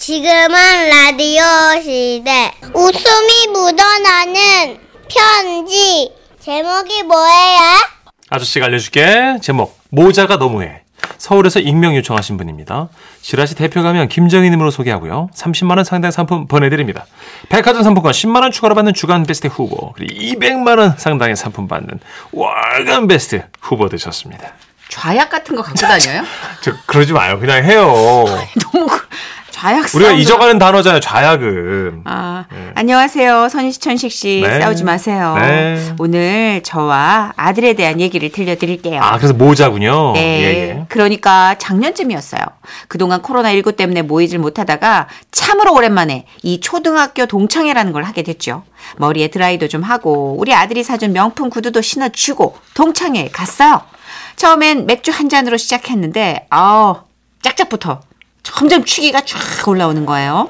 지금은 라디오 시대. 웃음이 묻어나는 편지. 제목이 뭐예요? 아저씨가 알려줄게. 제목 모자가 너무해. 서울에서 익명 요청하신 분입니다. 지라시 대표 가면 김정희님으로 소개하고요. 30만 원 상당 상품 보내드립니다. 백화점 상품권 10만 원 추가로 받는 주간 베스트 후보 그리고 200만 원 상당의 상품 받는 월간 베스트 후보 되셨습니다. 좌약 같은 거 갖고 다녀요? 저 그러지 마요. 그냥 해요. 너무 그- 좌약 우리가 사운드. 잊어가는 단어잖아요. 좌약은. 아, 안녕하세요. 선희 씨, 천식 씨. 네. 싸우지 마세요. 네. 오늘 저와 아들에 대한 얘기를 들려드릴게요. 아 그래서 모자군요. 네. 예, 예. 그러니까 작년쯤이었어요. 그동안 코로나19 때문에 모이질 못하다가 참으로 오랜만에 이 초등학교 동창회라는 걸 하게 됐죠. 머리에 드라이도 좀 하고 우리 아들이 사준 명품 구두도 신어주고 동창회에 갔어요. 처음엔 맥주 한 잔으로 시작했는데 아우 짝짝부터 점점 추기가 쫙 올라오는 거예요.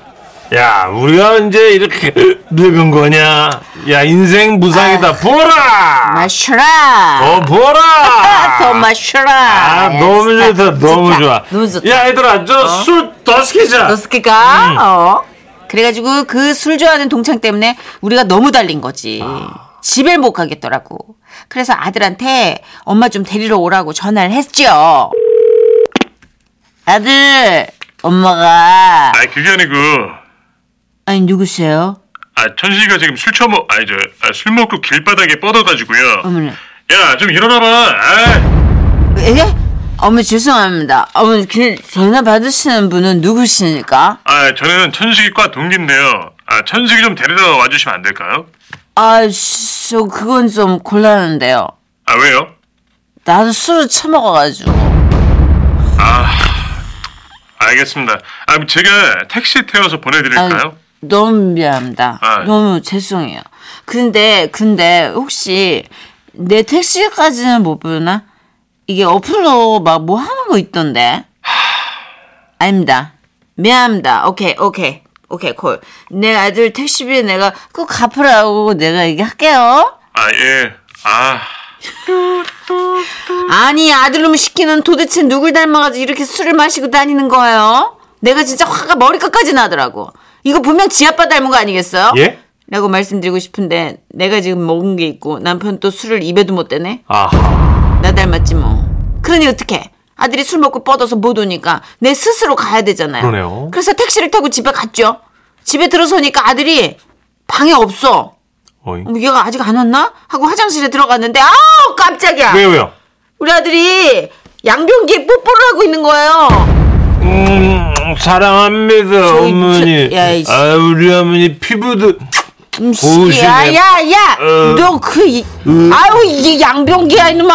야 우리가 언제 이렇게 늙은 거냐. 야 인생 아, 무상이다. 부어라. 마셔라. 어 보라. 아. 더 마셔라. 아 예, 너무 스타, 좋다, 너무 스타. 좋아. 너무 좋다. 어? 야 얘들아 저 술 더 시키자. 넣었을까? 어. 그래가지고 그 술 좋아하는 동창 때문에 우리가 너무 달린 거지. 집에 못 가겠더라고. 그래서 아들한테 엄마 좀 데리러 오라고 전화를 했죠. 아들, 엄마가. 아 그게 아니고 아니, 누구세요? 아 천식이가 지금 술 처먹 아니 저 술 먹고 길바닥에 뻗어가지고요 어머나. 야 좀 일어나봐 아 예? 어머, 죄송합니다. 어머, 그 전화 받으시는 분은 누구십니까? 아, 저는 천식이과 동기인데요 아 천식이 좀 데리러 와주시면 안 될까요 아, 씨, 저 그건 좀 곤란한데요. 아 왜요 나도 술을 처먹어가지고. 알겠습니다 아 그럼 제가 택시 태워서 보내드릴까요 너무 미안합니다. 아이. 너무 죄송해요. 근데 근데 혹시 내 택시까지는 못 부르나? 이게 어플로 막 뭐 하는 거 있던데. 아닙니다. 미안합니다. 오케이 오케이 오케이 콜. 내 아들 택시비 내가 꼭 갚으라고 내가 얘기할게요. 아, 아예아 아니 아들놈 시키는 도대체 누굴 닮아가지고 이렇게 술을 마시고 다니는 거예요? 내가 진짜 화가 머리끝까지 나더라고. 이거 분명 지 아빠 닮은 거 아니겠어요? 예? 라고 말씀드리고 싶은데 내가 지금 먹은 게 있고 남편 또 술을 입에도 못 대네. 아 나 닮았지 뭐. 그러니 어떡해. 아들이 술 먹고 뻗어서 못 오니까 내 스스로 가야 되잖아요. 그러네요. 그래서 택시를 타고 집에 갔죠. 집에 들어서니까 아들이 방에 없어. 어이. 어머, 얘가 아직 안 왔나? 하고 화장실에 들어갔는데 아우 깜짝이야. 왜요 왜요? 우리 아들이 양변기에 뽀뽀를 하고 있는 거예요. 음 사랑합니다 저기, 어머니. 저- 야, 이씨. 아 우리 어머니 피부도 오우씨, 음식이야, 야, 야, 어. 너그 아유 이게 양변기야 이놈아.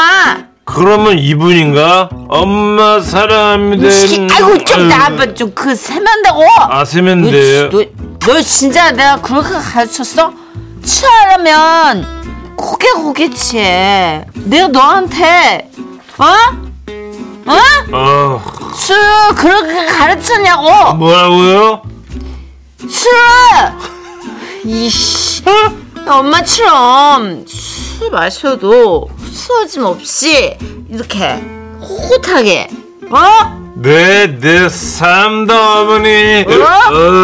그러면 이분인가? 엄마 사랑합니다. 음식이, 아이고 좀 아유, 나봐 좀그 세면다고. 네. 어. 아 세면대. 너, 너, 너 진짜 내가 그렇게 가르쳤어? 치하려면 고개 고개 치해. 내가 너한테 어? 어? 어 술 그렇게 가르쳤냐고? 뭐라고요? 술! 이씨. 엄마처럼 술 마셔도 수어짐 없이 이렇게 꼿꼿하게 어? 네네 삼다 어머니. 어?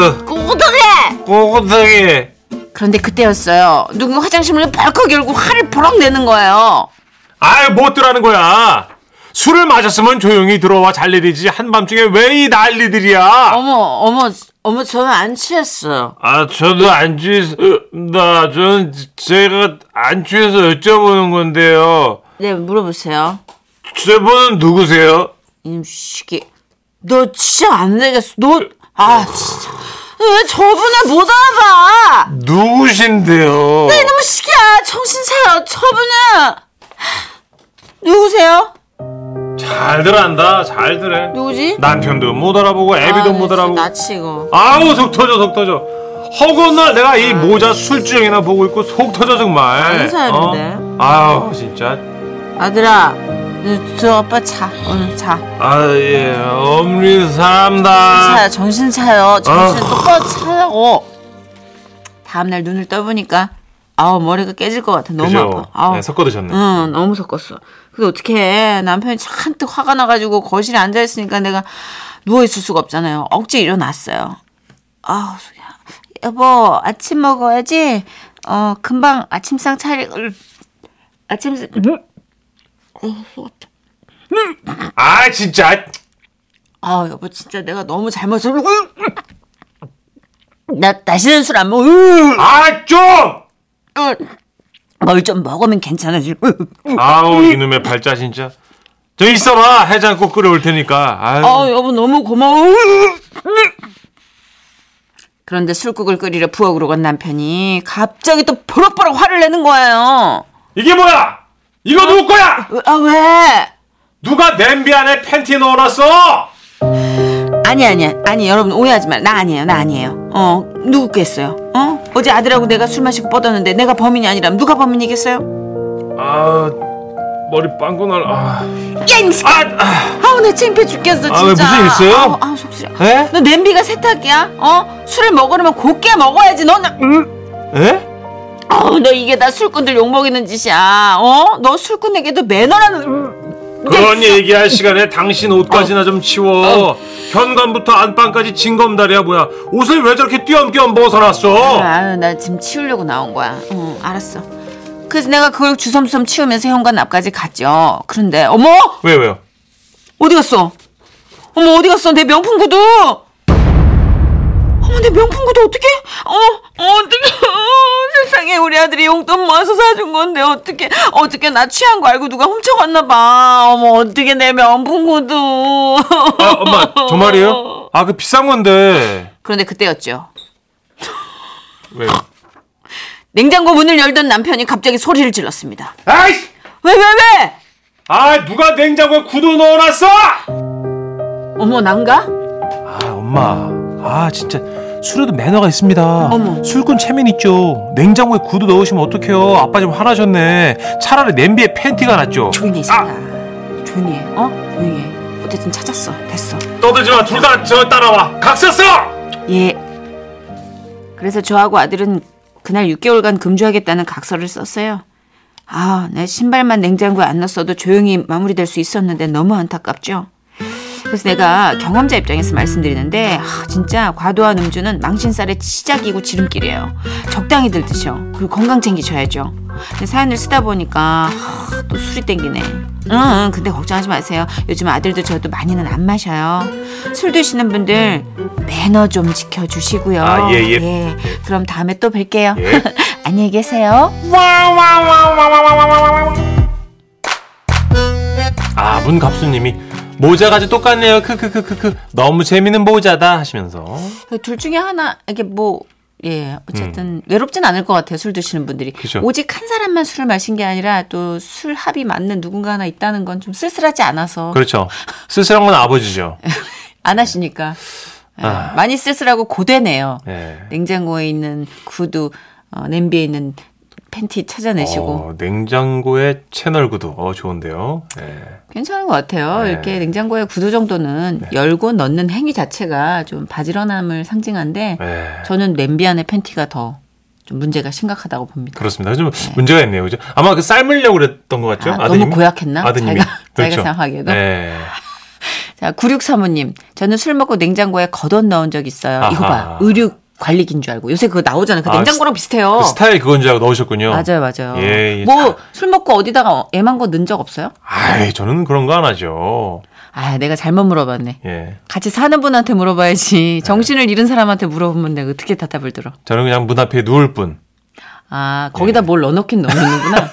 어 꼿꼿하게 꼬꼬하게. 그런데 그때였어요 누군가 화장실문을 벌컥 열고 화를 버럭 내는 거예요 아유 못 들어가는 거야 술을 마셨으면 조용히 들어와 잘 일이지 한밤중에 왜 이 난리들이야 어머 어머 어머 저는 안 취했어요 아 저도 안 취해서 나 저는 제가 안 취해서 여쭤보는 건데요 네 물어보세요 저분은 누구세요? 이놈식이 너 진짜 안 되겠어 너 아 진짜 왜 저분을 못 알아봐 누구신데요? 이놈의 네, 시키야 정신 차려 처분은 누구세요? 잘들 한다 잘들 해 누구지? 남편도 못 알아보고 애비도 아, 못 진짜 알아보고 나치고 아우 속 터져 속 터져 허구한 날 내가 이 모자 술주정이나 보고 있고 속 터져 정말 아는 사람인데. 어? 아우 진짜 아들아 너저 아빠 자 오늘 자 아예 어머니 사람다 차야 정신 차려 정신 아. 똑바로 차라고 다음날 눈을 떠보니까 아우 머리가 깨질 것 같아 너무 아파 아우 음. 네, 섞어 드셨네 응 너무 섞었어 근데 어떡해 남편이 잔뜩 화가 나가지고 거실에 앉아있으니까 내가 누워있을 수가 없잖아요 억지 일어났어요 아우, 속이 아- 여보, 아침 먹어야지. 어, 금방 아침상 차릴, 아침, 음. 아 진짜 아, 여보, 진짜 내가 너무 잘못을, 음. 나 다시는 술 안 먹어. 음. 아좀 뭘좀 먹으면 괜찮아질. 음. 아우 이놈의 발자 진짜 저 있어봐 해장국 끓여올 테니까 아유. 아, 여보 너무 고마워. 그런데 술국을 끓이려 부엌으로 간 남편이 갑자기 또 버럭버럭 화를 내는 거예요. 이게 뭐야 이거 누구 거야 아 왜? 누가 냄비 안에 팬티 넣어놨어 아니 아니 아니 여러분 오해하지 마. 나 아니에요 나 아니에요. 어 누구겠어요? 어 어제 아들하고 내가 술 마시고 뻗었는데 내가 범인이 아니라면 누가 범인이겠어요? 아 머리 빵꾸 날 아. 야 임시. 아, 아우 나 창피해 죽겠어 진짜. 아, 왜 무슨 일 있어요? 아우, 아우 속쓰려. 에? 너 냄비가 세탁이야? 어 술을 먹으려면 곱게 먹어야지 너. 나... 음. 에? 어, 너 이게 다 술꾼들 욕먹이는 짓이야. 어? 너 술꾼에게도 매너라는 음, 게 그런 있어. 얘기할 시간에 당신 옷까지나 좀 치워. 현관부터 안방까지 징검다리야 뭐야. 옷을 왜 저렇게 띄엄띄엄 벗어놨어? 아유, 나 지금 치우려고 나온 거야. 어, 알았어. 그래서 내가 그걸 주섬주섬 치우면서 현관 앞까지 갔죠. 그런데 어머 왜 왜요? 어디 갔어? 어머 어디 갔어? 내 명품 구두. 어머 내 명품 구두 어떻게? 어머 어떻게? 세상에 우리 아들이 용돈 모아서 사준 건데 어떻게? 어떻게 나 취한 거 알고 누가 훔쳐갔나 봐. 어머 어떻게 내 명품 구두? 아, 엄마 저 말이에요? 아 그 비싼 건데. 그런데 그때였죠. 왜요? 냉장고 문을 열던 남편이 갑자기 소리를 질렀습니다. 아이씨! 왜, 왜, 왜? 아 누가 냉장고에 구두 넣어놨어? 어머, 난가? 아 엄마. 아 진짜. 술에도 매너가 있습니다. 어머. 술꾼 체면 있죠. 냉장고에 구두 넣으시면 어떡해요. 아빠 좀 화나셨네. 차라리 냄비에 팬티가 났죠. 조용히 해, 있어라. 조용히 해, 아. 어? 조용히 해. 어쨌든 찾았어. 됐어. 떠들지 마. 둘 다 저 따라와. 각서 써! 예. 그래서 저하고 아들은 그날 6개월간 금주하겠다는 각서를 썼어요. 아, 내 신발만 냉장고에 안 넣었어도 조용히 마무리될 수 있었는데 너무 안타깝죠? 그래서 내가 경험자 입장에서 말씀드리는데 아, 진짜 과도한 음주는 망신살의 시작이고 지름길이에요. 적당히 들드셔. 그리고 건강 챙기셔야죠. 근데 사연을 쓰다 보니까 아, 또 술이 땡기네. 응, 응, 근데 걱정하지 마세요. 요즘 아들도 저도 많이는 안 마셔요. 술 드시는 분들 매너 좀 지켜주시고요. 아, 예, 예. 그럼 다음에 또 뵐게요. 예. 안녕히 계세요. 아 문갑수님이 모자가지 똑같네요. 크크크크크 너무 재밌는 모자다 하시면서 둘 중에 하나 이게 뭐 예, 어쨌든 외롭진 않을 것 같아요. 술 드시는 분들이. 음. 그죠. 오직 한 사람만 술을 마신 게 아니라 또 술 합이 맞는 누군가 하나 있다는 건 좀 쓸쓸하지 않아서 그렇죠. 쓸쓸한 건 아버지죠. 네. 안 하시니까 예, 많이 쓸쓸하고 고되네요. 아. 예. 냉장고에 있는 구두, 어, 냄비에 있는 팬티 찾아내시고 어, 냉장고에 채널 구두 어 좋은데요. 예. 괜찮은 것 같아요. 네. 이렇게 냉장고에 구두 정도는 열고 넣는 행위 자체가 좀 바지런함을 상징한데 예. 저는 냄비 안에 팬티가 더 좀 문제가 심각하다고 봅니다. 그렇습니다. 좀 문제가 있네요, 그죠? 아마 그 삶으려고 그랬던 것 같죠? 아, 너무 아드님이? 고약했나? 아드님이 자기가- 자기가 그렇죠. 생각하기에도. 예. 자, 9635님. 저는 술 먹고 냉장고에 걷어 넣은 적 있어요. 이거 아하. 봐요. 의류 관리기인 줄 알고. 요새 그거 나오잖아요. 그 아, 냉장고랑 비슷해요. 그 스타일 그건 줄 알고 넣으셨군요. 맞아요, 맞아요. 예, 예. 뭐, 술 먹고 어디다가 애망고 넣은 적 없어요? 아이 저는 그런 거 안 하죠. 아, 내가 잘못 물어봤네. 예. 같이 사는 분한테 물어봐야지. 정신을 잃은 사람한테 물어보면 내가 어떻게 대답을 들어. 저는 그냥 문 앞에 누울 뿐. 아, 거기다 뭘 넣어놓긴 넣어놓는구나.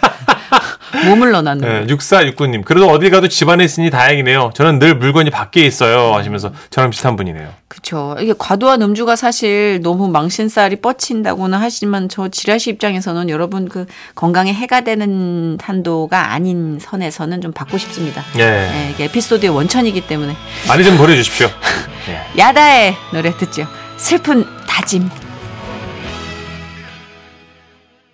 몸을 넣어놨는데. 네, 6469님. 그래도 어딜 가도 집안에 있으니 다행이네요. 저는 늘 물건이 밖에 있어요. 하시면서 저랑 비슷한 분이네요. 그쵸. 이게 과도한 음주가 사실 너무 망신살이 뻗친다고는 하지만 저 지라시 입장에서는 여러분 그 건강에 해가 되는 탄도가 아닌 선에서는 좀 받고 싶습니다. 예. 예, 이게 에피소드의 원천이기 때문에. 많이 좀 보내주십시오. 예. 야다의 노래 듣죠. 슬픈 다짐.